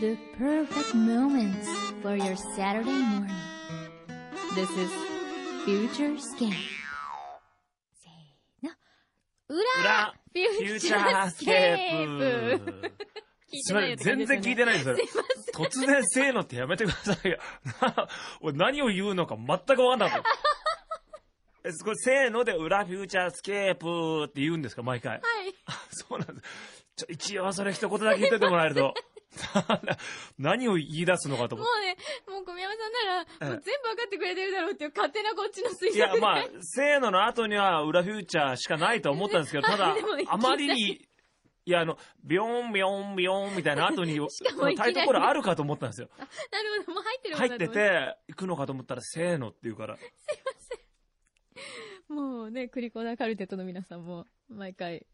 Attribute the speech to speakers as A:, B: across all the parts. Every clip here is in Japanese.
A: The perfect moments for your Saturday morning. This is Future Scan. せーの。裏
B: 裏
A: フュ
B: フューチャースケープ
A: 聞いて
B: すいま
A: ない
B: せ
A: や
B: ん、
A: つが
B: 全然聞いてないですよ。突然せーのってやめてくださいよ。 な俺何を言うのか全くわかんなか った。えこれせーので裏フューチャースケープって言うんですか、毎回。
A: はい。
B: そうなんです。ちょ、一応それ一言だけ言っといてもらえると。 何を言い出すのかと
A: も
B: 思っ
A: うね、もう小宮山さんなら、もう全部わかってくれてるだろうっていう勝手なこっちの推測
B: て。いや、まあ、せーのの後には裏フューチャーしかないと思ったんですけど、ただ
A: でもいき、なり
B: あまりに、いや、あの、ビョンビョンビョンみたいな後に、
A: しかもいきな
B: タ
A: り
B: イトコールあるかと思ったんですよ。
A: なるほど、もう入ってるも
B: 入
A: んだ
B: って
A: と思
B: て、行くのかと思ったら、せーのって言うから。
A: もうね、クリコーダーカルテットの皆さんも、毎回、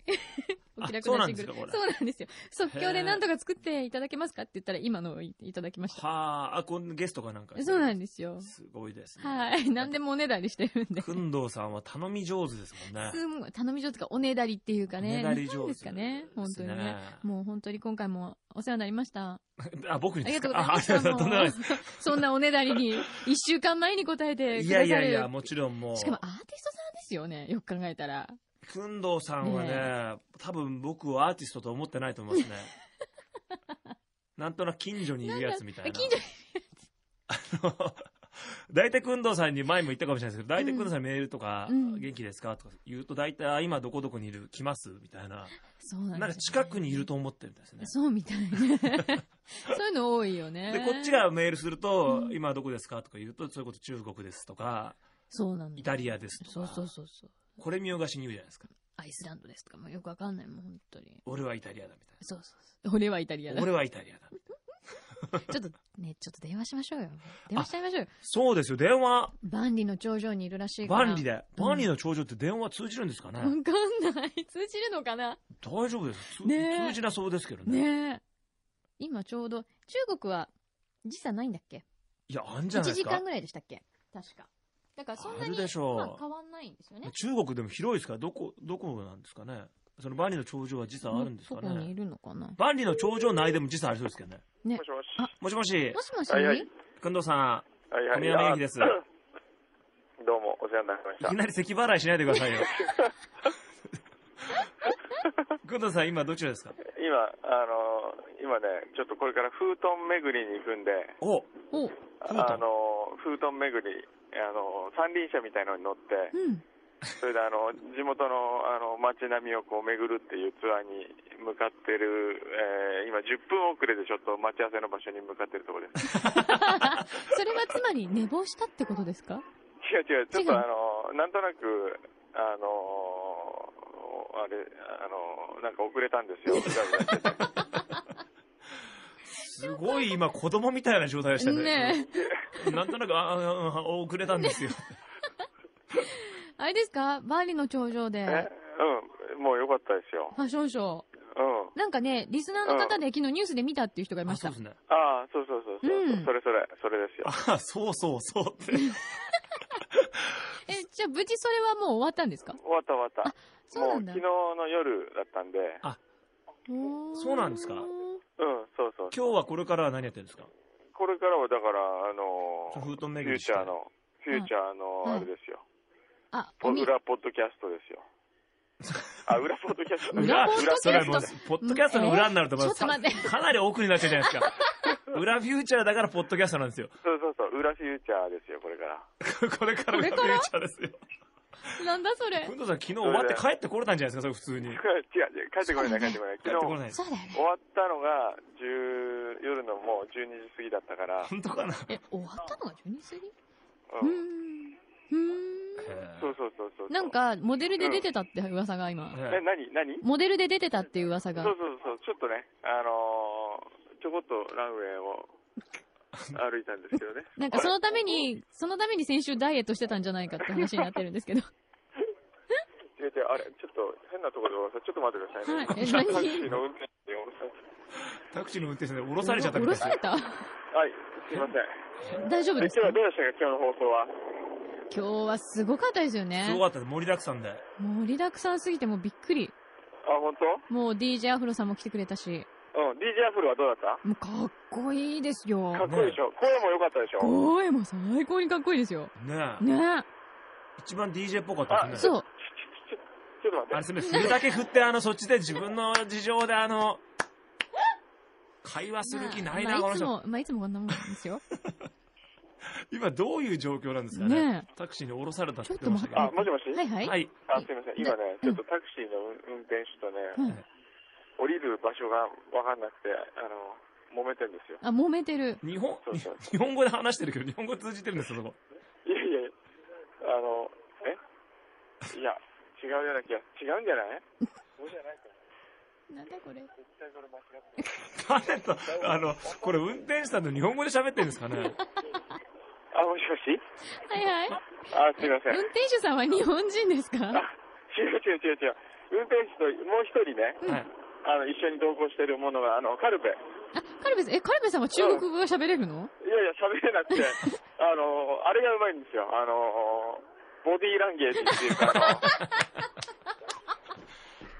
A: お気楽
B: そう
A: な
B: な
A: んシン
B: で
A: グ
B: す
A: ル。
B: かこれ
A: そうなんですよ。即興で何とか作っていただけますかって言ったら、今のをいただきました。
B: はあ、あ、こんゲストかなんか。
A: そうなんで
B: で
A: すよ。
B: す。ごいですね。
A: はい。何でもおねだりしてるんで。
B: くんどうさんは頼み上手ですもんね。
A: すんごい頼み上手とか、おねだりっていうかね。
B: おねだり上手
A: なんですかね。本当に
B: です
A: ね
B: ね。
A: もう本当に今回もお世話になりました。
B: あ、僕
A: あ
B: に
A: り
B: で
A: がと
B: す
A: う
B: か
A: ございまし
B: あ
A: た。
B: ありがとうございま
A: もうそんなおねだりに、一週間前に答えて
B: す。
A: く
B: い
A: ださ
B: や
A: る。
B: いやいや、もちろんも
A: しかも
B: う、
A: アーティストさんですよね。よく考えたら。
B: くんどうさんはね、多分僕をアーティストと思ってないと思い ますね。なんとなく近所にいるやつみたいな。
A: 近所
B: 大体、くんどうさんに前も言ったかもしれないですけど、大体
A: うん
B: くんどうさんメールとか、
A: うん
B: 元気ですかとか言うと、大体、あ今どこどこにいる、来ますみたいな。
A: そうなんですよね
B: なんか近くにいると思ってるんですね。
A: そうみたいね。そういうの多いよね。
B: で、こっち。がメールすると、
A: うん
B: 今どこですかとか言うと、そういうこと中国ですとか、
A: そうなの。
B: イタリアですと
A: そう
B: か、
A: そうそうそう。
B: これ見よがしに言うじゃないですか。
A: アイスランドですとかもよくわかんないもん、本当に。
B: 俺はイタリアだみたい
A: そうそうそう。俺はイタリア
B: な。
A: だ。ち
B: 俺
A: ょ
B: はイタリアだ。
A: っとね、ちょっと電話しましょうよ。電話しちゃいましょうよ。
B: そうですよ、電話。
A: 万里の頂上にいるらしいから。
B: 万里で。
A: うん
B: 万里の頂上って電話通じるんですかね、
A: わかんない。通じるのかな
B: 大丈夫です。通
A: ねえ
B: 通じなそうですけどね。
A: ねえ。今ちょうど、中国は時差ないんだっけ
B: いや、あんじゃ
A: ?1
B: ないです
A: 時間
B: か。
A: ぐらいでしたっけ確か。だからそんなに、
B: あるでしょう
A: まあ、変わんないんですよね。
B: 中国でも広いですから、どこ、どこなんですかね。その万里の頂上は時差あるんですか
A: そこにい
B: ね。
A: るのかな
B: 万里の頂上内でも時差ありそうですけどね。
C: もしもし。
A: あ
B: もしもし
A: も、しもし、
C: はいはい
B: くんどうさん。
C: はいはい。
B: 小宮山由紀です
C: あ どうも、お世話になりまし
B: い
C: た
B: き。なり咳払いしないでくださいよ。 工藤さん、今どちらですか
C: 今、あの、今ね、ちょっとこれから封筒巡りに行くんで、
B: お
A: お、う
B: 封筒
C: あの、封筒巡り、あの、三輪車みたいのに乗 って、
A: ん。
C: それであの、地元の、あの、街並みをこう巡るっていうツアーに向かってる、えー今10分遅れでちょっと待ち合わせの場所に向かってるところ です。
A: それはつまり寝坊したってことですか
C: 違う違う、ちょっと
A: 違う
C: あの、なんとなく、あの、あれ、あの、なんか遅れたんです
B: す
C: よ。
B: ごい今、子供みたいな状態でしたね。
A: ねえ。
B: なんとなく、ああ、あ遅れたんですよ。
A: あれですかバーリの頂上
C: え
A: で、
C: うん、もう良かったですよ。
A: ファッションショー。
C: うん。
A: なんかね、リスナーの方で昨日ニュースで見たっていう人がいま
B: あ
A: し
B: そ
A: た
B: うで。すね。
C: ああ、そうそうそうそう、
A: うん
C: それそれ、それですよ。
B: あ、そうそうそうって。
A: え、じゃあ無事それはもう終わったんですか
C: 終わった終わった。
A: そうなんだ
C: もう昨日の夜だったんで、
B: そうなんですか
C: うん、そうそう。
B: 今日はこれからは何やってるんですか
C: これからはだから、あのー
B: 封筒巡
C: フュー
B: りし
C: チ
B: て。
C: ャーの、フューチャーの、
A: はい
C: あれですよ。
A: あ、
C: ポ
A: おみ、
C: 裏ポッドキャストです よ。あ、裏ポッドキャスト
A: 裏ポッドキャスト
B: それはもう、ポッドキャストの裏になると思います。
A: ちょっと待って
B: かかなり奥になっちゃうじゃ ないですか。裏フューチャーだからポッドキャストなんですよ。
C: そうそうそう、裏フューチャーですよ、これから。
B: これから裏フューチャーですよ。
A: なんだそれ
B: く。んどうさん、昨日終わって帰ってこれたんじゃないですか、それ普通に。
C: 違う違う、帰ってこれない、帰ってこれない。
B: 帰って
C: 昨日、
B: これないです
A: そうだよね。
C: 終わったのが、10夜のもう12時過ぎだったから、
B: 本当かな
A: え、終わったのが12過ぎうー
C: うん。
A: ん。うー
C: そうそうそうそう。
A: ん。なん、か、モデルで出てたって噂が今。
B: え
C: え、何何
A: モデルで出てたっていう噂が
C: そう。そうそう、ちょっとね、あのーちょこっとランウェ イを歩いたんですけどね。
A: なんかそのために、そのために先週ダイエットしてたんじゃないかって話になってるんですけど。
C: 違う違う、あれ、ちょっと変なところで、ちょっと待っ てくださいね。
A: はいえ何
C: タクシーの運転手に降ろされて
B: タクシーの運転手で降ろされ
A: お
B: ちゃったみた
A: ろ
B: いです
A: さ
B: よ
A: れた
C: はい、すいません。
A: 大丈夫
C: で
A: です
C: 今
A: か
C: 日はどうでしたか、今日の放送は。
A: 今日はすごかったですよね。
B: すごかったです。盛りだくさんで。
A: 盛りだくさんすぎてもうびっくり。
C: あ、本当？
A: もう DJ アフロさんも来てくれたし、
C: うん。DJ アフロはどうだっ
A: もうかっこいいですよ
C: た？。かっこいいでしょ。声も良かったでしょ。
A: 声も最高にかっこいいですよ。
B: ねえ。
A: ね
B: 一番 DJ っぽかったですね。
A: そう。
C: ちょっと
B: あ
C: 待
B: れ
C: って。
B: すみません。振るだけ振って、あの、そっちで自分の事情で、あの、会話する気ない
A: まあ
B: な、
A: ま
B: こ
A: あい
B: の
A: つ
B: 人。
A: も、まあいつもこんなもんですよ。
B: 今どういう状況なんですかね。
A: ね
B: タクシーに降ろされたって
A: ちょ
B: 言
A: っ
B: っ
A: と
B: てま
A: 待
B: し
A: ったて。
B: けど
C: あ、もしもし。
A: はいはい。
B: はい。
C: あ、すみません。今ね、
A: う
C: ち
A: ん
C: ょっとタクシーの運運転手とね、
A: うん。
C: 降りる場所がわかんなくて、あの、揉めて んですよ。
A: あ、揉めてる。
B: 日本
C: そうそう、
B: 日本語で話してるけど、日本語通じてるんですよ、そこ。
C: いやいや、あの、えいや、違うような気が、違うんじゃないそうじゃないかな。
A: なんだこれ。
C: 絶対これ間違ってる。
B: 誰と、あの、これ運転手さんと日本語で喋ってるんですかね。
C: あ、もしもし
A: はいはい。
C: あ、すみません。
A: 運転手さんは日本人です
C: あ
A: か、
C: 違う違う違う違う。運転手と、もう一人ね、
B: はい。
C: あの、一緒に同行してるものが、あの、カルベ。
A: あ、カルベさん、え、カルベさんは中国語が喋れるの
C: いやいや、喋れなく て、あの、あれがうまいんですよ。あの、ボディーランゲージっていうか、 あ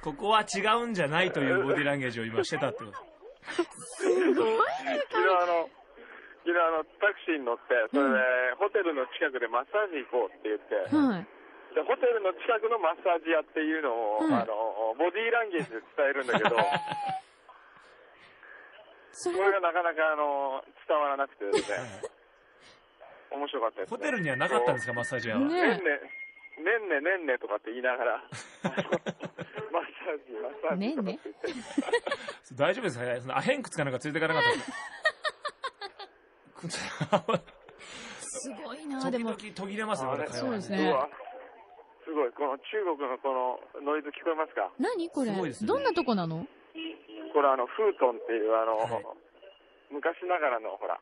B: ここは違うんじゃないというボディランゲージを今してたってこと。
A: すごいね
C: の、、昨日あの、昨日あの、タクシーに乗って、それで、ホテルの近くでマッサージ行こうって言って、
A: はい。
C: でホテルの近くのマッサージ屋っていうのを、
A: うん
C: あの、ボディーランゲージで伝える んだけど、こ
A: それ
C: れ
A: は、
C: がなかなか、あの、伝わらなく てですね、面白かったです、ね。
B: ホテルにはなかったんですか、マッサージ屋は。
A: ね
C: ねんね、ねんね、ねんねとかって言いな がら、マッサージ、マッサージとかって言って、
B: 大丈夫ですかそのアヘンクつかなんかついていかな かったん
A: すごい
B: です
A: な
B: か
A: で
B: 時
A: も
B: 々。途切れますよ、これ会話
A: そうですね
C: うわすごい、この中国のこのノイズ聞こえますか
A: 何これ
B: すごいですね
A: どんなとこなの
C: これあの、フートンっていうあの、
B: はい
C: 昔ながらのほら、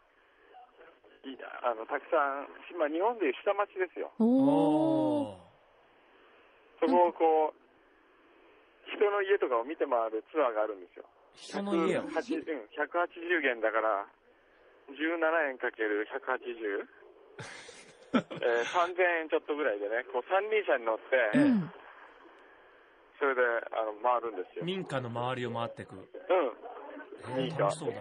C: いあの、たくさん、今日本でいう下町ですよ。
A: おー。
B: お
C: そこをこう、人の家とかを見て回るツアーがあるんですよ。
B: ー人の家を。
C: 180うん180元だから、17円かける 180? えー、3000円ちょっとぐらいでね、こう三輪車に乗って、
A: う
B: え
A: ん。
C: それであの回るんですよ。
B: 民家の周りを回っていく。
C: うん。
B: え
C: い
B: ー
C: いな
B: 楽しそうだね。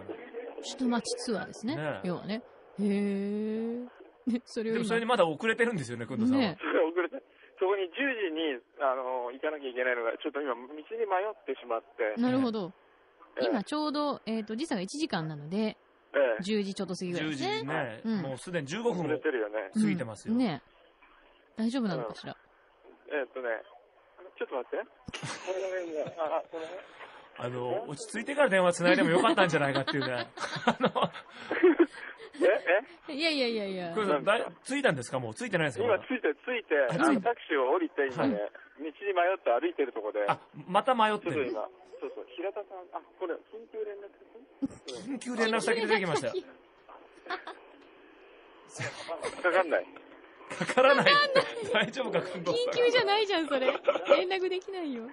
A: 下町ツアーですね。
B: ねえ
A: 要はね。へー。 ね、それを
B: でもそれに
A: 今。
B: まだ遅れてるんですよね、くんどさんは
A: ね。
C: それ遅れて、そこに10時にあの行かなきゃいけないのが、ちょっと今、道に迷ってしまって、
A: なるほど。
C: えー
A: 今ちょうど、えっ、と、時差が1時間なので、
C: ええ
A: 10時ちょっと過ぎぐらい
B: 10
A: です
B: 時
A: ね。
B: ね、
A: うん
B: もうすでに15
C: 遅
B: 分
C: れ
B: を
C: てるよね。
B: 10時過ぎてますよ
A: うんね大丈夫なのかしら。
C: えーっとね、ちょっと待って。これがねあ、あ、これね
B: あの、落ち着いてから電話つないでもよかったんじゃないかっていう ね。あの、
C: え、え
A: いやいやいやいや
B: く。んどさんだい、ついたんですかもうついてないんですかま
C: 今
B: だ
C: 着いて、着いて、
B: あ
C: あ
B: 着い
C: の
B: た
C: タクシーを降りて、今ね、道に迷って歩いてるとこで、
B: あ、また迷っ
C: ち
B: て
C: ょっと
B: る。
C: 今、そうそう、平田さん、あ、これ、緊急連絡先
B: 緊急連絡先出てきましたよ。
C: かかんない。
B: かからない。大丈夫か、くん ど
A: 緊
B: さん。
A: 急じゃないじゃん、 それ。連絡できないよ。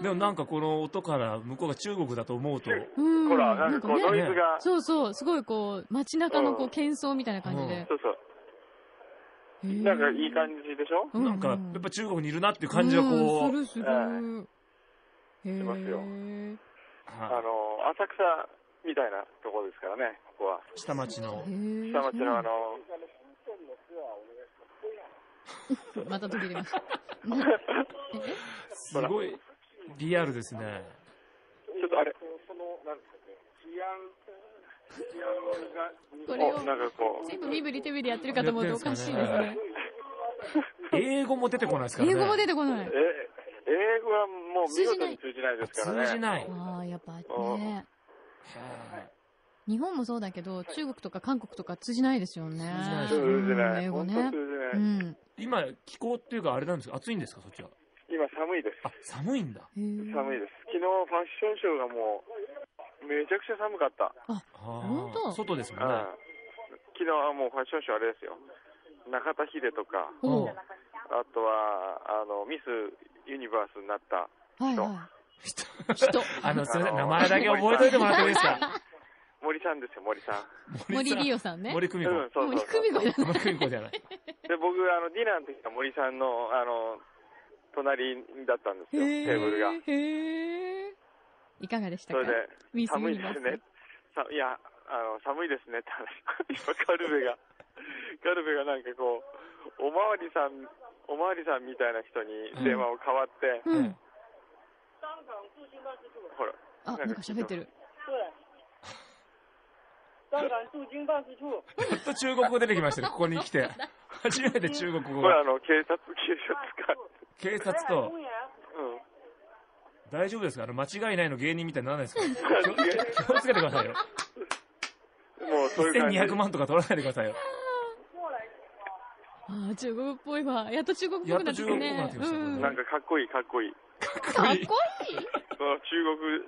B: でもなんかこの音から向こうが中国だと思うと、
A: うん。
C: ほら、なんかこう、ノイ
A: ね。
C: ズが、
A: そうそう、すごいこう、街中のこう、
C: うん
A: 喧騒みたいな感じで。
C: そうそう、
A: へー
C: なんかいい感じでしょ
B: なんかやっぱ中国にいるなっていう感じが
A: う
B: こ
A: んす
B: う、
A: るする。
C: は
A: へー
C: しますよあ
B: は
C: の、浅草みたいなところですからね、ここは。
B: い下町の
A: へ、ー
C: 下町のあの、
A: そうまた途切れました。
B: すごいリアルですね。
C: ちょっとあれ、
A: これを
C: お、なんかこう、
A: 全部身振り手振りやってるかと思うとおかしいですね。
B: 英語も出てこないですからね。
A: 英語も出てこない
C: え、。英語はもう見事に通じないですからね。
B: 通じない。
A: ああ、やっぱね。日本もそうだけど、中国とか韓国とか通じないですよね。
B: 通
C: 通じ
A: うん
C: ない。
A: 英語
C: 本当
A: ね。
C: 通じ
A: う
C: ない。
A: ん。
B: 今、気候っていうかあれなんですか暑いんですかそっちは。
C: 今寒いです。
B: あ、寒いんだ。
A: へー
C: 寒いです。昨日ファッションショーがもう、めちゃくちゃ寒かった。
B: あー
A: 本当
B: 外ですもんね。
C: うん昨日はもうファッションショーあれですよ。中田秀とか、
A: おう
C: あとは、あの、ミスユニバースになった。
A: はいは
B: 人
A: い。人。
B: あの、すみません、
C: あ
B: 名
C: の
B: 前だけ覚えといてもらってもいいですか
C: 森さんですよ、森さん。
A: 森
B: さん
A: リオさんね。
B: 森久美
C: う
B: 子。
C: ん、そうそう
A: 森
C: そう
A: 久美子じゃない。
B: 森久美子じゃない。
C: で、僕、あの、ディナーの時は森さんの、あの、隣だったんです
A: へ
C: よ、テーブルが。
A: ー。へーいかがでし
C: そ
A: たか
C: れで、
A: ミス・ユ
C: 寒い
A: ニ
C: で
A: バー
C: す
A: ス
C: ね。さいや、あの、寒いですねって話。今、カルベが、カルベがなんかこう、おまわりさん、おまわりさんみたいな人に電話を代わって、
A: うん。
C: ほら、
A: あ、なんか喋ってる。
D: 对，香港驻京办事处，
B: やっと中国語出てきました ね、ここに来て。初めて中国語
C: これ
B: が。
C: あの、警察、警察官。
B: 警察
D: 北海
B: と
D: 公、园。
C: うん。
B: 大丈夫ですかあの、間違いないの芸人みたいにならないですか
C: も
B: 気をつけてくださいよ。
C: うそういう感じ。
B: 1200万とか取らないでくださいよ。
A: あー中国っぽいわ。やっと中国っぽくなってきたね。
B: やっと中国っぽくなってきましたこれ
A: うん
C: なんかかっこいい、かっこいい。
A: かっこいい
C: その中国、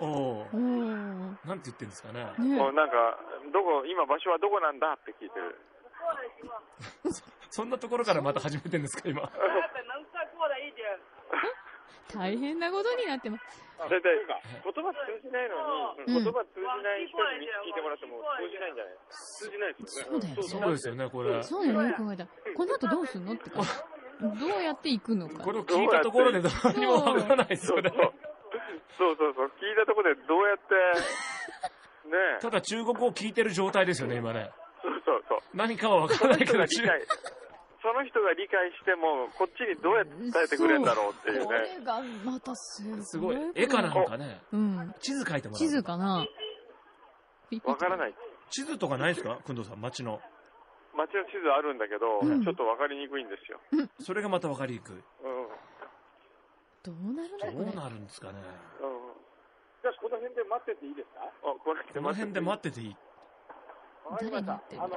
B: お
A: お
B: おー
A: ー
B: なんて言ってんですかね。
C: もう
A: ね
C: なんか、どこ、今場所はどこなんだって聞いてる。
B: そんなところからまた始めてんですか、今。
D: 本能再过来一点。
A: 大変なことになってます。
C: だいたい、言葉通じないのに、
A: うん
C: 言葉通じない人に聞いてもらっても通じないんじゃない通じないですよね。
A: そうだ
B: そうですよね、これ。
A: そうよね、よく考えたら。この後どうすんのってか。どうやって行くのか
B: こ。れを聞いたところでどうにもわからないです
C: そう
B: よね
C: そう。そうそうそう。聞いたところでどうやって、ねえ。
B: ただ中国語を聞いてる状態ですよね、今ね。
C: そうそうそう。
B: 何かはわか
C: そ
B: ら
C: の
B: ないけ
C: 人
B: ど、
C: が
B: 中
C: 理解、その人が理解しても、こっちにどうやって伝えてくれるんだろうっていう
A: こ
C: ね。
A: れがまたすごい。
B: すごい。絵かなんかね。
A: うん。
B: 地図書いてもらう。
A: 地図かな。
C: わからないい。
B: 地図とかないですかくんどうさん、街の。
C: 街の地図あるんだけど、
A: うん
C: ちょっとわかりにくいんですよ。
B: それがまたわかりにくい。
C: うん。
A: どうなるの
B: ど
A: こ
B: う
A: れ。
B: なるんですかね。
C: うん。
E: じゃあ、この辺で待ってていいですか
C: あ、これ
B: この辺で
C: 待
B: 待ってていい。
E: わかりました。
A: 誰に
E: あの、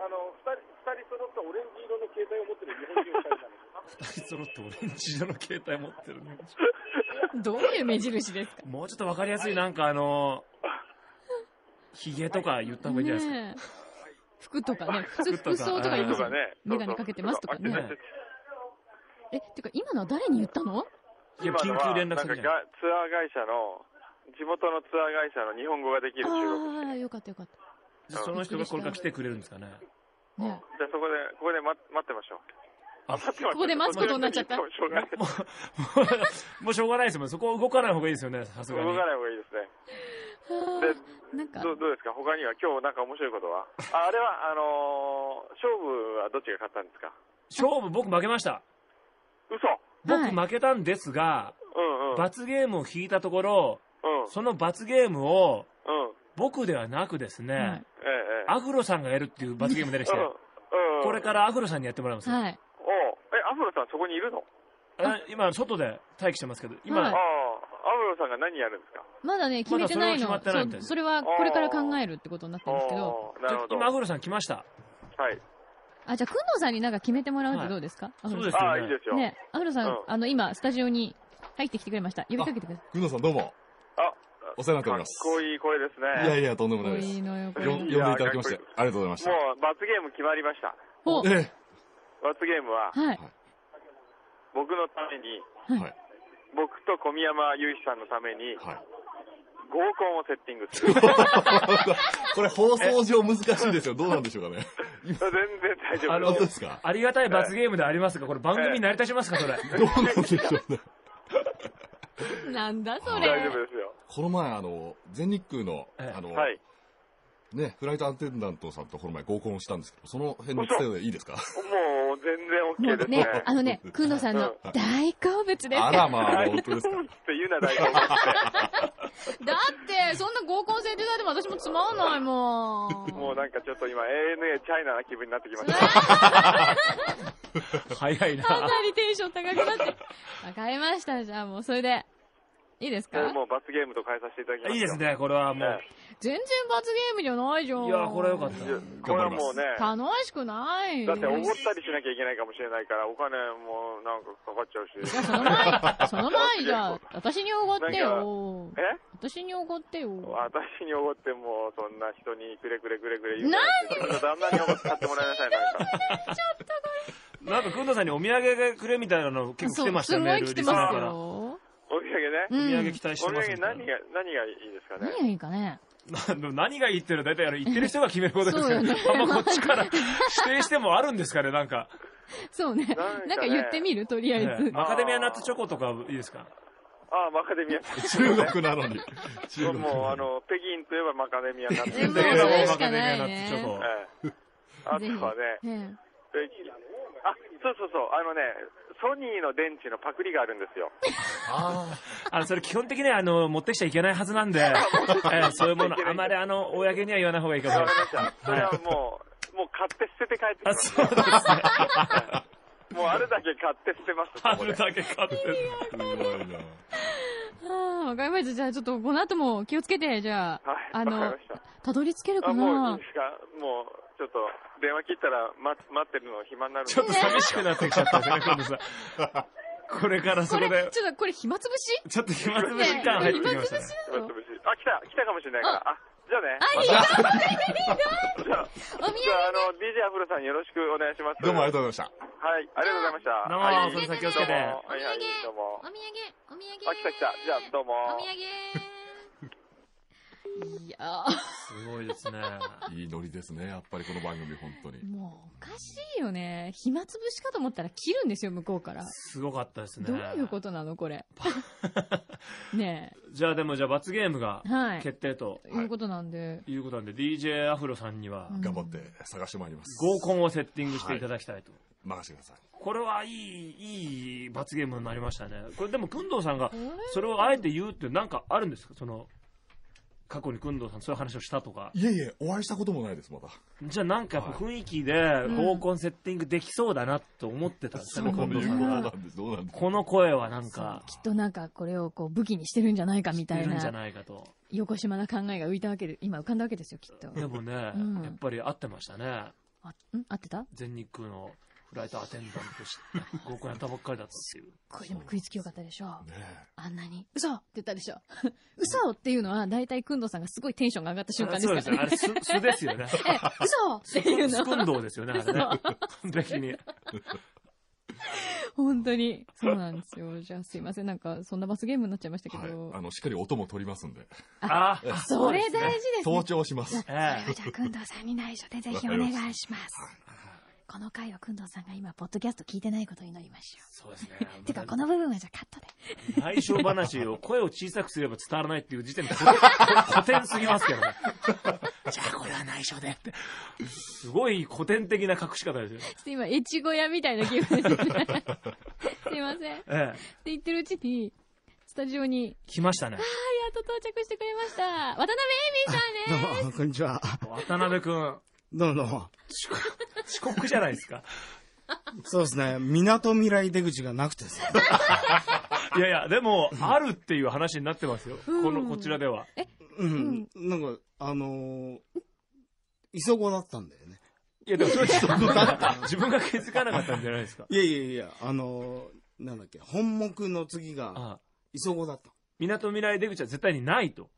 E: あの、二人、二人揃ったオレンジ色の携帯を持ってる日本人二人なんです。
B: 二人揃ってオレンジ色の携帯持ってるね。
A: どういう目印ですか
B: もうちょっとわかりやすい、なんかあの、ヒゲとか言った方がいいんじゃないです
A: ね
B: か。
A: え服とかね。普通服装とか
B: あ
A: 言い
B: の
A: ま
C: と
A: すよ
C: か
A: ね。
C: ね。
A: メガネかけてますとかね
C: そうそう
A: え、てか今のは誰に言ったの
B: いや、
C: 今のは
B: 緊急連絡
C: なんか
B: 先じゃない。
C: がツアー会社の、地元のツアー会社の日本語ができる中国人。
A: ああ、よかったよかっ
B: じゃあその人がこれから来てくれるんですかね。
A: た。ね
C: じゃあそこで、ここで待待ってましょう。
B: あ
C: 待ってましょ
A: ここ
C: う
A: で待つことになっちゃった
C: しょうがない。
B: もう、 もうしょうがないですよね。そこは動かない方がいいですよね、さす
C: 動
B: がに。
C: かない方がいいです
A: え。
C: ね。
A: なんか、
C: どうどうですか他には今日なんか面白いことはああれは、あのー勝負はどっちが勝ったんですか
B: 勝負、僕負けました。
C: 嘘
B: 僕
A: はい
B: 負けたんですが、
C: うんうん。
B: 罰ゲームを引いたところ、
C: うん。
B: その罰ゲームを、
C: うん。
B: 僕ではなくですね、
A: はい
C: ええええ。
B: アフロさんがやるっていう罰ゲーム出てき
C: う
B: て
C: ん、うん。。
B: これかららアフロさんにやってもらいます。
A: はい。
C: おうえ、アフロさんそこにいるの
B: あ今、外で待機してますけど、今、
A: はい
C: ああ、アフロさんが何やるんですか
A: まだね、決めてないの。
B: まだそれは決まってないみた
A: そう、
B: いです
A: それはこれから考えるってことになってるんですけど。
C: おうなるほど。
B: 今、アフロさん来ました。
C: はい。
A: あ、じゃあ、くんのさんになんか決めてもらうってどうですか、アフロさん
B: そうですよね
C: ああ、いいですよ。
A: ね、アフロさん、
C: うん
A: あの、今、スタジオに入ってきてくれました。呼びかけてください。
F: 工藤さんどうも。
C: あ、
F: お世話になってお
C: か
F: り
C: っ
F: ます。
C: こいい声ですね。
F: いやいや、とんでもない
A: お
F: です。
A: い
F: よ
A: のよ、こ
F: 呼
A: れ。
F: んでいただきまし
C: いやかっこいい、
F: てありがとうございました。
C: もう罰ゲーム決まりました。
A: おはい。
F: え
C: 罰ゲームは、
A: はい。
C: 僕のために、
F: え、はい、
C: 僕と小宮山雄飛さんのために、
F: はい。
C: 合コンをセッティングする。
F: これ放送上難しいですよ。どうなんでしょうかね。
C: 全然大丈
B: あの
C: 夫
F: 本当
C: で。
F: ですすか
B: ありがたい罰ゲームでありますが、これ番組成り立ちますか、 それ。
F: どうなんでしょうね。
A: なんだそ
C: 大
A: れ
C: 丈。夫ですよ。
F: この前、あの、全日空の、
B: ええ
F: あの、
C: はい。
F: ね、フライトアテンダントさんとこの前合コンをしたんですけど、その辺の癖でいいですか
C: もう全
A: も
C: 然 OK で
A: う
C: すね。
A: ね、あのね、くんのさんの大好物ですから。
F: あらまあ、本 当ですか。
C: って言うな、大丈夫。
A: だって、そんな合コン制ってないでも私もつまんないもん。
C: もうなんかちょっと今 ANA チャイナな気分になってきまし
A: うわ
C: た。
A: ー
B: 早いな。
A: かなりテンション高くなって。わかりました、じゃあもう、それで。いいですか
C: もう罰ゲームと変えさせていただきます。
B: いいです。ね、これはもう。
A: 全然罰ゲームじゃないじゃん。
B: いやこれよかった
C: これはもうね、
A: 楽しくない。
C: だっておごったりしなきゃいけないかもしれないから、お金もなんかかかっちゃうし。
A: じゃあその前、その前じ ゃあ、私におごってよ。
C: え
A: 私におごってよ。
C: 私におごっても、そんな人にくれくれくれくれ言うなん旦那におごって買ってもらいなさい、なんか。
B: なんか、くんどさんにお土産がくれみたいなの結構来てましたよね、
A: そうすごい来て
B: リスナ
A: ま
B: ー
A: す
B: から。
A: よ。
C: お土産ね。
A: う
B: お土産
A: ん。
B: 期待し
C: お
B: て
C: 土
B: ますみた
C: 産
B: い
C: 何
B: な。
C: が、何がいいですかね。
A: 何がいいかね。
B: なでも何が言ってるの大体あの言ってる人が決めることですから、
A: そうよね
B: あんまこっちから指定してもあるんですかね、 なんか。
A: そうね。
C: なん
A: なん
C: か
A: か
C: ね
A: 言ってみるとりあえ
B: ええ
A: ず。
B: マカデミアナッツチョコとかいいですか
C: ああ、マカデミ ア。
F: 中国なのに。中国な
C: もう、あ
F: のに。
C: の、北京といえばマカデミアになって
A: え
C: て、
A: もう
B: で
A: それ
B: マ
A: し
B: カ
A: か
B: デミ
A: な
B: ア
A: い
B: ナッ
A: ね
B: ツチョコ。
C: ええあとはね、
A: ええ
C: 北京あ、そうそうそう、あのね、ソニーの電池のパクリがあるんですよ。
F: あ
B: あの、それ基本的にはあの、持ってきちゃいけないはずな んで、ええそういうもの、あまりあの、公には言わない方がいいかもしれ
C: わ
B: ない
C: かりました。それはもう、もう買って捨てて帰ってき
B: あ、
C: ま
B: そうですね。
C: す。もうあれだけ買って捨てます。
B: あ
C: ここで
B: るだけ買って。
F: あ、すごいな。
A: ああ、わかりました。じゃあちょっとこの後も気をつけて、じゃあ、あ
C: はい、わかり
A: の
C: ま、した。
A: たどり着ける
C: あ、
A: か
C: もういい
A: な
C: ですかもう、ちょっと、電話切ったら、待つ、待ってるの暇になるんで。
B: ちょっと寂しくなってきちゃったですね、今度さ。これからそ
A: こ
B: こ
A: れ、
B: で、
A: ちょっとこれ暇つぶし
B: ちょっと暇つぶし
A: ね
B: 感入ってきま
A: 暇つ
B: した
A: ぶし。
B: ね
A: な
C: 今
A: の
C: 潰しあ、来た来たかもしれないから。あ、じゃあね。
A: あ、いい
C: また
A: な
C: じゃあ
A: お土産
C: じゃあ、あの、DJ アフロさんよろしくお願いします。
F: どうもありが
C: とう。
F: とうございました。
C: はい、ありがと
B: どうもそれ
C: うございました。はい、
B: 先
C: ど
B: をつ
C: う
B: けて
C: も。はいはい、
G: お
C: どうも。
G: 土産、お土産。
C: あ、来た来た。じゃあ、どうも。
G: お土
A: いやー
B: すごいですね。
F: いいノリですね、やっぱりこの番組、本当に。
A: もうおかしいよね。暇つぶしかと思ったら切るんですよ、向こうから。
B: すごかったですね。
A: どういうことなの、これ。ね
B: じゃあでもじゃあ罰ゲームが
A: え。はい。
B: 決定と
A: ということなんで。
B: いうことなんで、DJ アフロさんには
A: うん
F: 頑張って探してまいります。
B: 合コンをセッティングしていただきたいと。
F: 任せてください。
B: これはいい、いい罰ゲームになりましたね。これでも、くんどうさんが
A: これ
B: それをあえて言うってなんかあるんですかその、過去にくんどうさんそういう話をしたとか。
F: いえいえ、お会いしたこともないです、まだ。
B: じゃあなんかやっぱ雰囲気で
A: ん
B: 合コンセッティングできそうだなと思ってたんですよね、
F: そう
B: 近藤
F: 有
B: さん
F: 効な
B: が。
F: んです、どうなんです。
B: この声はなんか、
A: きっとなんかこれをこう武器にしてるんじゃないかみ
B: い
A: たい
B: るんじゃ
A: な、
B: ないかと。
A: 横島な考えが浮いたわけで、今浮かんだわけですよ、きっと。
B: でもね、や
A: うん
B: っぱり合ってましたね。
A: あ、ん合ってた
B: 全日空のフライトアテンダントとして合コンやったばっかりだったっていう。
A: これでも食いつきよかったでしょ。
F: ね
A: あんなに、嘘って言ったでしょ。嘘っていうのは、大体、くんどさんがすごいテンションが上がった瞬間です
B: そ
A: か
B: う
A: ら
B: ですね。あれ、す、素ですよね。
A: え、嘘っていう
B: すくん
A: のは、
B: どうですよね、あれね。 完璧に。
A: 本当に。そうなんですよ。じゃあ、すいません。なんか、そんな罰ゲームになっちゃいました
F: え
A: け
F: はい
A: ど。。
F: あの、しっかり音も取りますんで。
B: あ
A: それ大事
B: そうですね
A: ですね
F: 盗。聴します。
G: 産。それ
B: え
G: はじゃあ、くんどうさんに内緒でぜひお願いします。この回はくんどうさんが今、ポッドキャスト聞いてないことを祈りましょ
B: そうですね
G: う。。てか、この部分はじゃあカットで。
B: 内緒話を声を小さくすれば伝わらないっていう時点で古典 古典すぎますけどね。じゃあこれは内緒でって。すごい古典的な隠し方ですよ。
A: ちょっと今、越後屋みたいな気分ですね。すいません。って
B: ええ。
A: 言ってるうちに、スタジオに、
B: 来ましたね。
A: やっと到着してくれました。渡辺エミさん
H: ど
A: です。
H: うも、こんにちは。
B: 渡辺くん。
H: どうもどうも。
B: 遅刻、遅刻じゃないですか。
H: そうですね、港未来出口がなくてですね。
B: いやいや、でも、あるっていう話になってますよ。こ
A: うん
B: の、こちらでは。
H: うん。なんか、あのー、磯子だったんだよね。
B: いや、でもそれちょっと、自分が気づかなかったんじゃないですか。
H: いやいやいや、あのー、なんだっけ、本目の次が
B: ああ
H: 磯子だった。
B: 港未来出口は絶対にないと。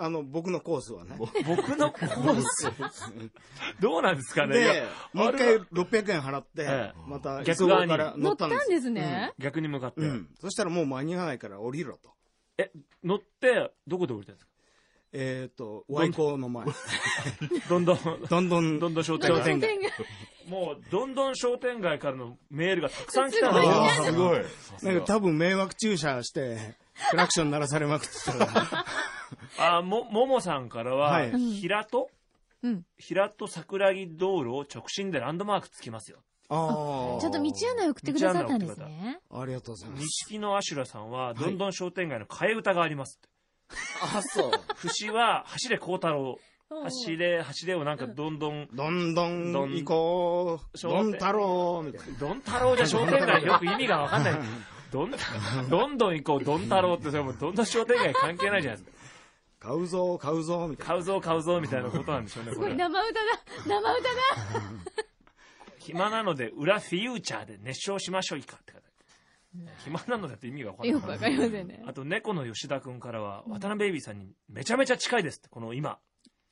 H: あの、僕のコースはね。
B: 僕のコー ス。どうなんですかね。いや
H: で、もう一
B: あ
H: 回
B: れ
H: 600円払っ
B: え
H: て、また
B: 逆
H: 磯子
B: 側
H: か
B: に
H: ら乗
A: 乗っ
H: っ
A: た
H: たん
A: ん
H: です。
A: ですね。
B: 逆に向かって。
H: うん。そしたらもう間に合わないから降りろと。
B: 乗って、どこで降りたんですか
H: えっと、Y 港の前。
B: どんどん、
H: どんどん、
B: どんどん商店
H: 商
B: 街。
H: 店街。
B: もう、どんどん商店街からのメールがたくさん来た
A: すごい
B: の
A: ね
F: あーすごい。
H: なんか多分迷惑駐車して、クラクション鳴らされまくってたから。
B: あ、も、ももさんからは、
H: はい
B: 平戸
A: うん
B: 平戸桜木道路を直進でランドマークつきますよ。
H: ああ。
A: ちゃんと道案内送ってくださったんですね。
H: ありがとうございます。
B: 錦のアシュラさんは、どんどん商店街の替え歌がありますって。
H: あ、そう。
B: 節は、走れ孝太郎。
A: おう
B: 走れ、走れをなんかどんどん、
H: どんどん
B: どん
H: 行こう。
B: 商店
H: どん太郎みたい
B: どん太郎じゃ商店街よく意味がわかんない。どん、どんどん行こう、どん太郎って、それもうどんどん商店街関係ないじゃないですか。
H: な。買うぞ、買うぞ、みたいな。
B: 買うぞ、買うぞ、みたいなことなんでしょうね、
A: す
B: こ
A: ごい、
B: れ。
A: 生歌だ生歌だ
B: 暇なので裏フィーチャーで熱唱しましょういかって書いてある暇なのだって意味が分かんない
A: よくわかりませんね。
B: あと猫の吉田君からは渡辺ベイビーさんにめちゃめちゃ近いですってこの今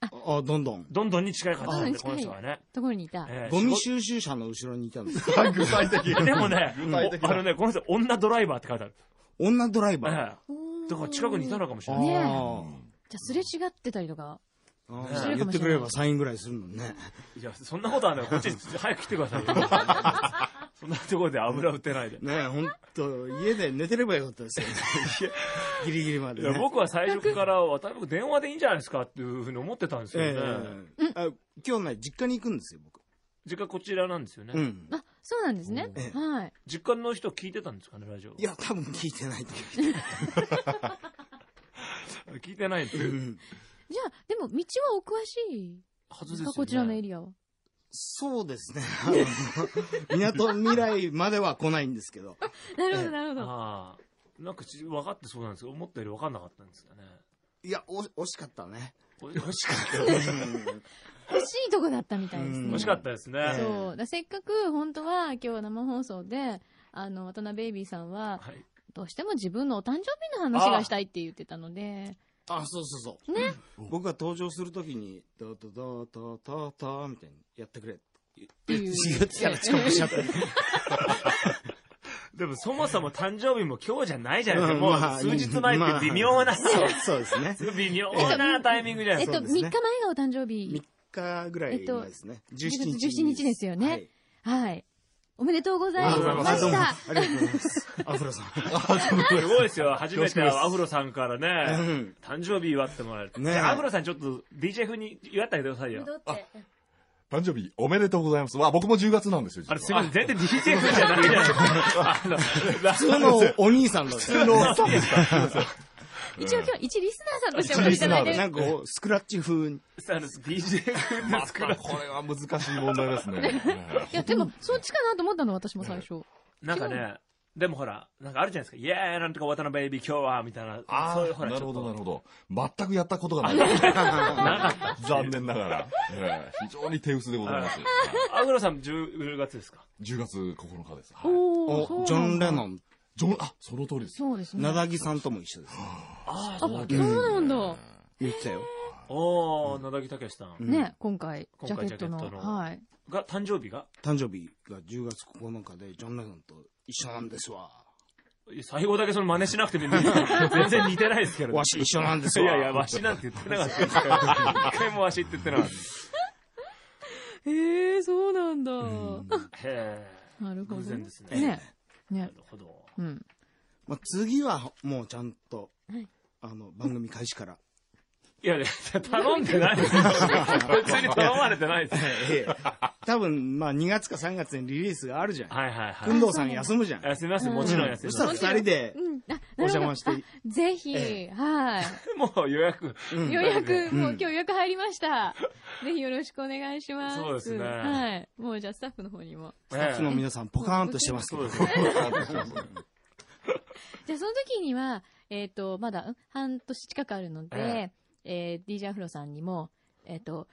H: あ、どんどん。
B: どんどんに近い方なんで
A: あ
B: この人はね、
A: ところにいた。
B: ええ
H: ゴミ
B: 仕
H: 収集車の後ろにいたんですよ。
F: 具体的。
B: 事でもね
F: 具体的
B: おあ のねこの人女ドライバーって書いてある、
H: 女ドライ
B: え
H: バー。
B: えだから近くにいたのかもしれない
A: ねえ
H: ああ。
A: じゃあ、すれ違ってたりとか。
H: あ
B: して
H: ー
A: るか
H: 言
A: も
H: っ
A: してれな
H: く
A: い
H: れればサインぐらいするのにね。
B: いや、そんなことはない。こっちに早く来てくださいよ。そんなところで油売ってないで。
H: ねえ、ほんと、家で寝てればよかった ですよね。ギリギリまで
B: いや
H: ね。
B: 僕は最初から、渡辺君電話でいいんじゃないですかっていうふうに思ってたんですよ
H: え
B: ね。
H: えあ今日ね、実家に行くんですよ、僕。
B: 実家こちらなんですよね。
H: うん。
A: あ、そうなんですね
B: え
H: え。
A: はい。
B: 実家の人聞いてたんですかね、ラジオ。
H: いや、多分聞いてないと思
B: 聞いてないって
H: う。うん。
A: じゃあ、でも、道はお詳しい
B: は
A: で
B: ずですすよ
A: か
B: ね。
A: こちらのエリアは。
H: そうですね。みなとみらいまでは来ないんですけど。
A: なるほ
H: え
A: ど、
H: え
A: なるほど。
B: ああ。なんかち分かってそうなんですけど、思ったより分かんなかったんですよね。
H: いや、お惜しかったね。
B: これ惜しかった。
H: うん
A: 欲しいとこだったみたいです
H: うん
A: ね。
B: 惜しかったですね。
H: ええ
A: そう。だからせっかく、本当は、今日生放送で、あの、渡辺ベイビーさんは、
B: はい。
A: どうしても自分のお誕生日の話がしたいって言ってたので、
H: あ、そうそうそう。
A: ね。
H: 僕が登場するときに、ダダダダダダみたいにやってくれって
A: ていう
H: 言ってたら遅刻しちゃった。
B: でもそもそも誕生日も今日じゃないじゃないですか。もう
H: まあ
B: 数日前って微妙な、
H: まあそうそうですね。
B: 微妙なタイミングじゃない
A: え
B: で
A: っ
B: す
A: と、
B: か。
H: そ
A: 3
H: うですね
A: 日前がお誕生日
H: 3。日ぐらい前ですね。17
A: 17
H: 日。
A: 日ですよね
H: はい
A: はい。おめでとうございま
H: ありがとうございます。どうも
A: した
H: あ。りがとうございます。アフロさ
B: すごいですよ。初めてアフロさんから
H: ん。
B: ね、
H: うん
B: 誕生日祝ってもらえる。
H: ねえ
B: じゃあアフロさんちょっと DJ 風に祝ってあげてくださいよ。
F: 誕生日おめでとうございます。わ、僕も10月なんですよ、
B: あれすいません、全然 DJ 風じゃないじゃないですか。あの、
H: 普通のお兄さんだったよね
F: のおっさんでした。
A: 一応今日、一リスナーさんとしてもいただいてる
H: なんかこう、スクラッチ風に。
B: あの DJ 風
F: ま
B: で
F: あ
B: すから。
F: これは難しい問題 ですね。
A: いや、でも、そっちかなと思ったの、私も最初。
B: なんかね、でもほら、なんかあるじゃないですか。イエーイなんとか渡辺ベイビー今日は、みたいな。
F: あ
B: そういうほ
F: あ、
B: ら、
F: な
B: ち
F: る
B: ょ
F: ほ
B: っ
F: ど、な
B: と。
F: るほど。全くやったことが ない。
B: なかった。
F: 残念ながら。ええ非常に手薄でございます。
B: アフロさん10月ですか
F: 10月9日です。はい
A: おー、そうなん
H: お
A: だ
H: ジョン・レノン、
F: ジョン、あ、その通りです。
A: そうですね。
H: な
A: あ、
H: だぎさんとも一緒です。
B: あ
A: そうなんだ。
H: 言ってたよ。
B: おー、野田木武さん。
H: うん
A: ね、今回、ジ
B: 今
A: ャケッ
B: 回
A: トの
B: ジャケット。の
A: はい。
B: が、誕生日が
H: 誕生日が10月9日で、ジョン・レノンと一緒なんですわ。
B: いや最後だけその真似しなくてもいいんだ けど全然似てないですけど。
H: わし一緒なんです
B: い
H: わ。
B: やいや、わしなんて言ってなかったですから。一回もわしって言ってなかったです。
A: へえ、そうなんだ。
H: うん
B: へえ。
A: なるほど。
B: 偶然ですね
A: ね。
B: な
A: ね
B: る。ほど。
A: うん。
H: まあ、次はもうちゃんと
A: はい、
H: あの、番組開始から。
B: いや、いや頼んでないですよ。別に頼まれてないです。
H: ええ多分、まあ2月か3月にリリースがあるじゃん。
B: はいはいは
H: 運動さん休むじゃん。
B: い。休みます、もちろん休
H: そ
B: み
H: したら
B: ま
H: 二
B: す。
H: 人で
A: うん。あ、なるほ
H: お
A: ど
H: 邪魔して。
A: あぜひ、
H: え
A: はい。
B: もう予約。
H: うん
A: 予約、
H: うん
A: もう今日予約入りました。ぜひよろしくお願いします。
B: そうですね
A: はい。もうじゃあスタッフの方にも。
H: スタッフの皆さん、ポカーンとしてますけ
B: そう
H: ど
B: で。すね。
A: じゃあその時には、えっ、と、まだん半年近くあるので、えー、DJ アフロさんにも、えっ、と、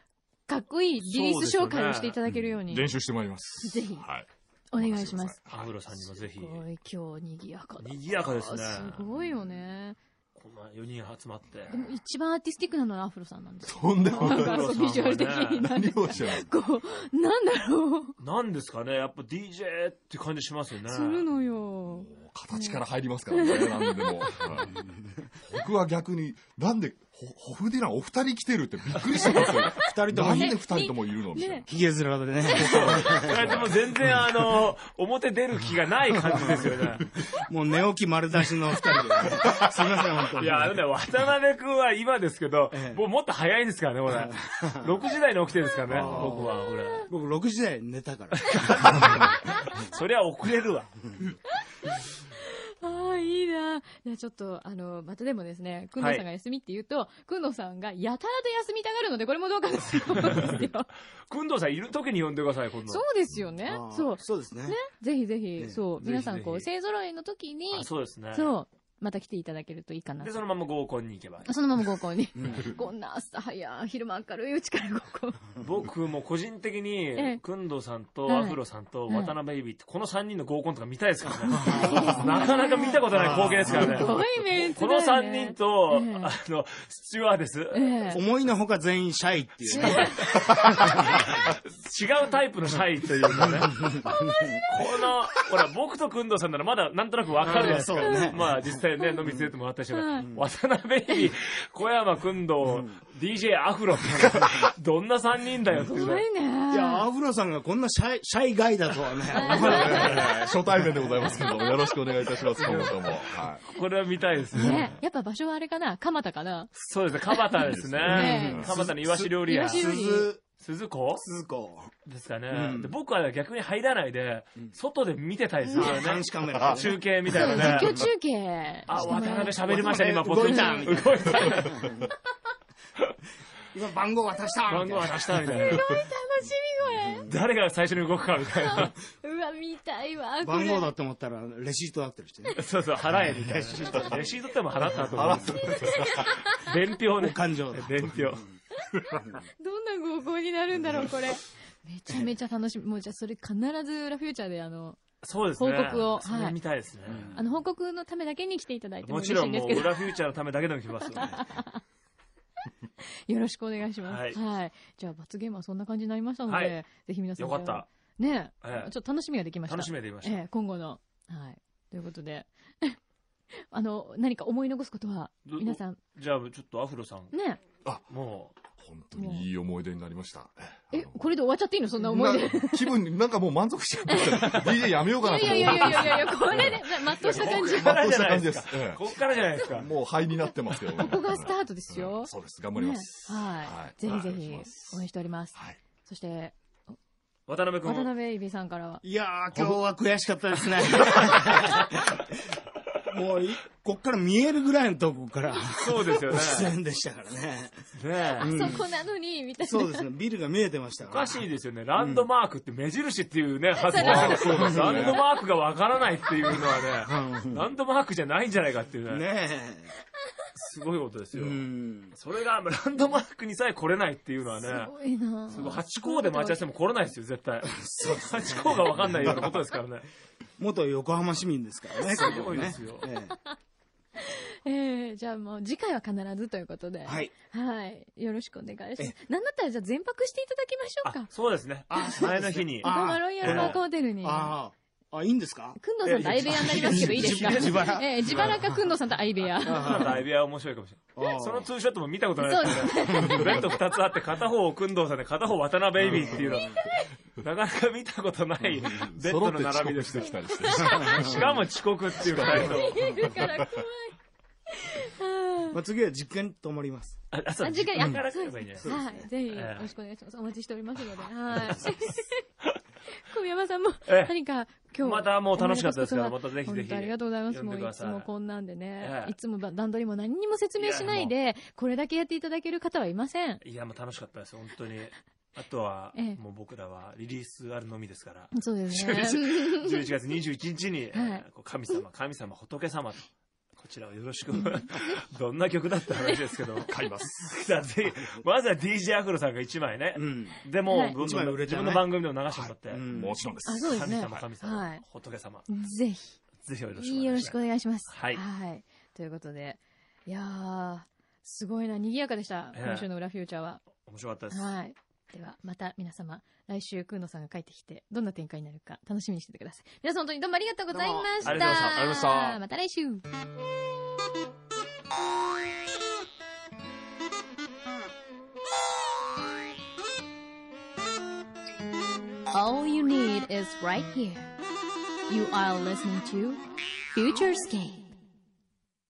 A: かっこいいリリース紹介をしていただけるように、
F: 練習してまいります。
A: ぜひ
F: はい。
A: お願いします。。
B: アフロさんにもぜひ
A: す。ごい、今日賑やかだ。
B: 賑やかですね
A: すごいよね。
B: こんな4人集まって。
A: でも一番アーティスティックなのはアフロさんなんですよ。
F: とんでも
A: な
F: なんい。
A: かそうビジュアル的になん
F: 何
A: か
F: をおっしゃいます
A: こう、なんだろう。
B: なんですかねやっぱ DJ って感じしますよね。
A: するのよ。
F: 形から入りますからね、何でも。はい僕は逆に、なんで、ほ、ほふでなお二人来てるってびっくりしたんですよ。
H: 二人と
F: な
H: も
F: ん
H: ひ
F: で二人ともいるのみたいな
A: ね。
H: ひげ面でね、
B: 二人とも全然あの、表出る気がない感じですよ ね。
H: もう寝起き丸出しの二人で。すみません、本当
B: い
H: に。
B: や、あのね、渡辺くんは今ですけど
H: え、え
B: もうもっと早いですからね、ほ ら。6時台に起きてるんですからね、
H: ー
B: 僕は、ほら。
H: 僕6時台に寝たから。
B: そりゃ遅れるわ。
A: ああ、いいな。じゃあちょっと、あの、またでもですね、くんどうさんが休みって言うと、くんどうさんがやたらと休みたがるので、これもどうかなって思うん ですよ。
B: くんどうさんいる時に呼んでください、今度
A: そ。うですよね
H: あ。ー
A: そう。
H: そうですね。
A: ぜひぜ
H: え
A: ひ、
H: え
A: そう。
B: ぜひ
A: 皆
B: ぜひ
A: さん、こう、勢揃いの時に
B: あ、そうですね。
A: そう、また来ていただけるといいかな
B: で、。そのまま合コンに行け ば。
A: そのまま合コンに
H: ん。
A: こんな朝早い、昼間明るいうちから合コ ン。
B: 僕も個人的
A: ええ
B: に、くんどうさん
A: は
B: と
A: い
B: アフロさんと
A: はい
B: 渡辺ベイビーって、この3人の合コンとか見たいで すからね。なかなか見たことない光景ですからね。
A: すごいメンツ
B: こ
A: だよ
B: の
A: ね
B: 3人と、
A: ええ
B: あの、スチュワーデス、
A: ええ
H: 思いのほか全員シャイっていうね。
B: 違うタイプのシャイというかね。この、ほら、僕とくんどうさんならまだなんとなくわかるじゃないですか。
H: うんそうね
B: まあ実際でね、飲み連れてもらった人
A: は
B: が
A: い、
B: 渡辺に小山君
H: う
B: と
H: ん
B: DJ アフロって、どんな3人だよって
A: すごいね。
H: いや、アフロさんがこんなシャイ、シャイガイだとはね。
F: 初対面でございますけども、よろしくお願いいたします、今後とも。は
B: これは見たいですね。
A: ね、やっぱ場所はあれかな蒲田かな
B: そうですね、蒲田です
A: ね
B: ね。
A: え
B: 蒲田のイワシ料理屋
A: イワ。シ
H: 鈴、
B: 鈴子
H: 鈴子。
B: ですかね、
H: うん
B: で僕は逆に入らないで、外で見てたいですよね。
H: 監視カメラ。
B: 中継みたいな
A: 実況
B: ね。
A: 中継。
B: あ、渡辺喋りましたね、今、
H: 渡
B: ポッ
H: 辺
B: ドキャスト動いた。
H: 今番号渡した
B: 番号
H: みたいな
B: 渡したみたいな。
A: 楽しみこ
B: 誰が最初に動くかみたいな。
A: れ。うわ、見たいわ、こ
H: 番号
A: れ。
H: だって思ったら、レシートだったりしてね。
B: そうそう、払えみたいな。レシートっても払ったと思うんですよ。伝票ね。
H: 感情だ。
B: 伝票。
A: どんな合コンになるんだろう、これ。めちゃめちゃ楽しみ。もうじゃあそれ必ず裏フューチャーであの、
B: そうですね。
A: 報告を
B: それ見たいですね。
A: あの報告のためだけに来ていただいても
B: もち
A: 嬉し
B: ろ
A: い
B: ん
A: んで
B: も
A: すけ
B: う、
A: ど、
B: 裏フューチャーのためだけでも来ますよね。
A: よろしくお願いします。は。
B: はいい
A: じゃあ罰ゲームはそんな感じになりましたので、
B: はい
A: ぜひ皆さん
B: よ
A: で
B: かった。
A: ねえ、
B: ええ
A: ちょっと楽しみができました。
B: 楽しめていました。
A: ええ、今後の。はい。ということで。 あの、何か思い残すことは、
B: ど
A: 皆さん、
B: じゃあ、ちょっとアフロさん、
A: ね
B: もう、
F: い本当にいい思い出になりました。
A: え、え
F: あの
A: これで終わっちゃっていいのそんな思い出。い
F: な気分になんかもう満足しちゃって、DJ やめようかなと
A: や
F: 思
A: い
F: い
A: や
F: ま
A: いやい
F: し
A: やいやいや、これで、まっとうした感じ。
B: こ
A: こ
B: こか
F: た。
B: らじゃない
F: じ
B: で
F: ですす
B: か。。
F: え
B: こっからじゃないです
F: え
B: か。
F: もう灰になってますけど。こ
A: こがスタートですよ。
F: そうです。頑張ります。
A: ねはい。ぜひぜ
F: お願
A: ひ
F: いします
A: 応援しております。
F: はい。
A: そして、
B: 渡辺
A: 渡
B: 君。
A: 辺エビさんからは。
H: いやー、今日は悔しかっ たですね。もうい、こっから見えるぐらいのとこから、
B: そうですよ ね。
H: 出演でしたからね。
B: ねえ
H: うん
A: そこなのに、みたいな。
H: そうですね、ビルが見えてました
B: お
H: か。
B: からしいですよね。ランドマークって目印っていうね、はずなのに
F: そうですね
B: ランドマークがわからないっていうのはね、ランドマークじゃないんじゃないかっていうね、
H: ね
B: すごいことです
H: え。
B: よ
H: う。ん。
B: それがランドマークにさえ来れないっていうのはね
A: す、ごいな
B: すごい8校で待ち合わせも来れないですよ、絶対。8校がわかんないようなことですからね。
H: 元横浜市民ですからね、
B: すごいですよ
H: ここね
A: ええじゃあもう次回は必ずということで。
H: ええはい。
A: はい。よろしくお願いします。なんだったらじゃあ全泊していただきましょう
B: あ
A: か、。
B: そうですね。前の日に。
A: 横
H: あ
A: 浜ロイヤルパークホテルに。
H: ああ、あ、いいんですか
A: くんどうさんと相部屋になりますけど、いいですか
H: 自腹
A: ええ自腹かくんどうさんと相部屋。
B: だいぶ面白いかもしれな
H: あー
B: い。そのツーショットも見たことないですよね。ベッド2つあって、片方を工藤さんで、片方渡辺ベイビーっていうのは、なかなか見たことないベッ
F: 揃
B: ド
F: って
B: の
F: 遅
B: 並びで
F: 刻
B: す
F: し
B: け
F: て
B: ど
F: きたりして。
B: しかも遅刻っていうタイトル
A: いるから怖い。
H: まあ、次は実家に泊まり ます。
B: ああそう
A: あ次回や
B: 実家から来ればいいんじゃない
A: はい。ぜひ、よろしくお願いします。お待ちしておりますので。はい。小宮山さんも
B: ええ、
A: 何か今日。
B: またもう楽しかったですから
A: 思い出す
B: またぜひぜ
A: 本
B: ひ
A: 当ありがとうございます。
B: 呼ん
A: も
B: で
A: う
B: く
A: い
B: だ
A: つ
B: さい
A: もこんなんでね
B: え。え
A: いつも段取りも何にも説明しないで、これだけやっていただける方はいません。
B: いや、もう楽しかったです、本当に。あとは、
A: ええ
B: もう僕らはリリースあるのみですから。
A: そうです ね。
B: 11月21 日に、えーこう神様、神様、仏様と、こちらをよろしく、 どんな曲だった話ですけど、買い ます。だってまずは DJ アフロさんが1枚ね
H: う。ん。
B: でも、
A: はい
B: どんどん
H: 一枚売れ
B: 自
H: てね
B: 分の番組でも流してもらって、
H: うん
F: もちろんで
A: あ、
F: す。
A: そうです
B: 神
A: ね
B: 様、。神様、
A: はい。
B: 仏様、
A: ぜひ。
B: ぜひよろしくお願いします。
A: よろしくお願いします。
B: はい
A: ということで、いやー、すごいな、賑やかでした、
B: ええ
A: 今週の裏フューチャーは。
B: 面白かったです。
A: はい。では、また皆様、来週、くんのさんが帰ってきて、どんな展開になるか、楽しみにしててください。皆さん、本当にどうもありがとうございました。
B: どうもありがとうございましたありがとうございました
A: また来週。All you need is right here. You are listening to Future Skate.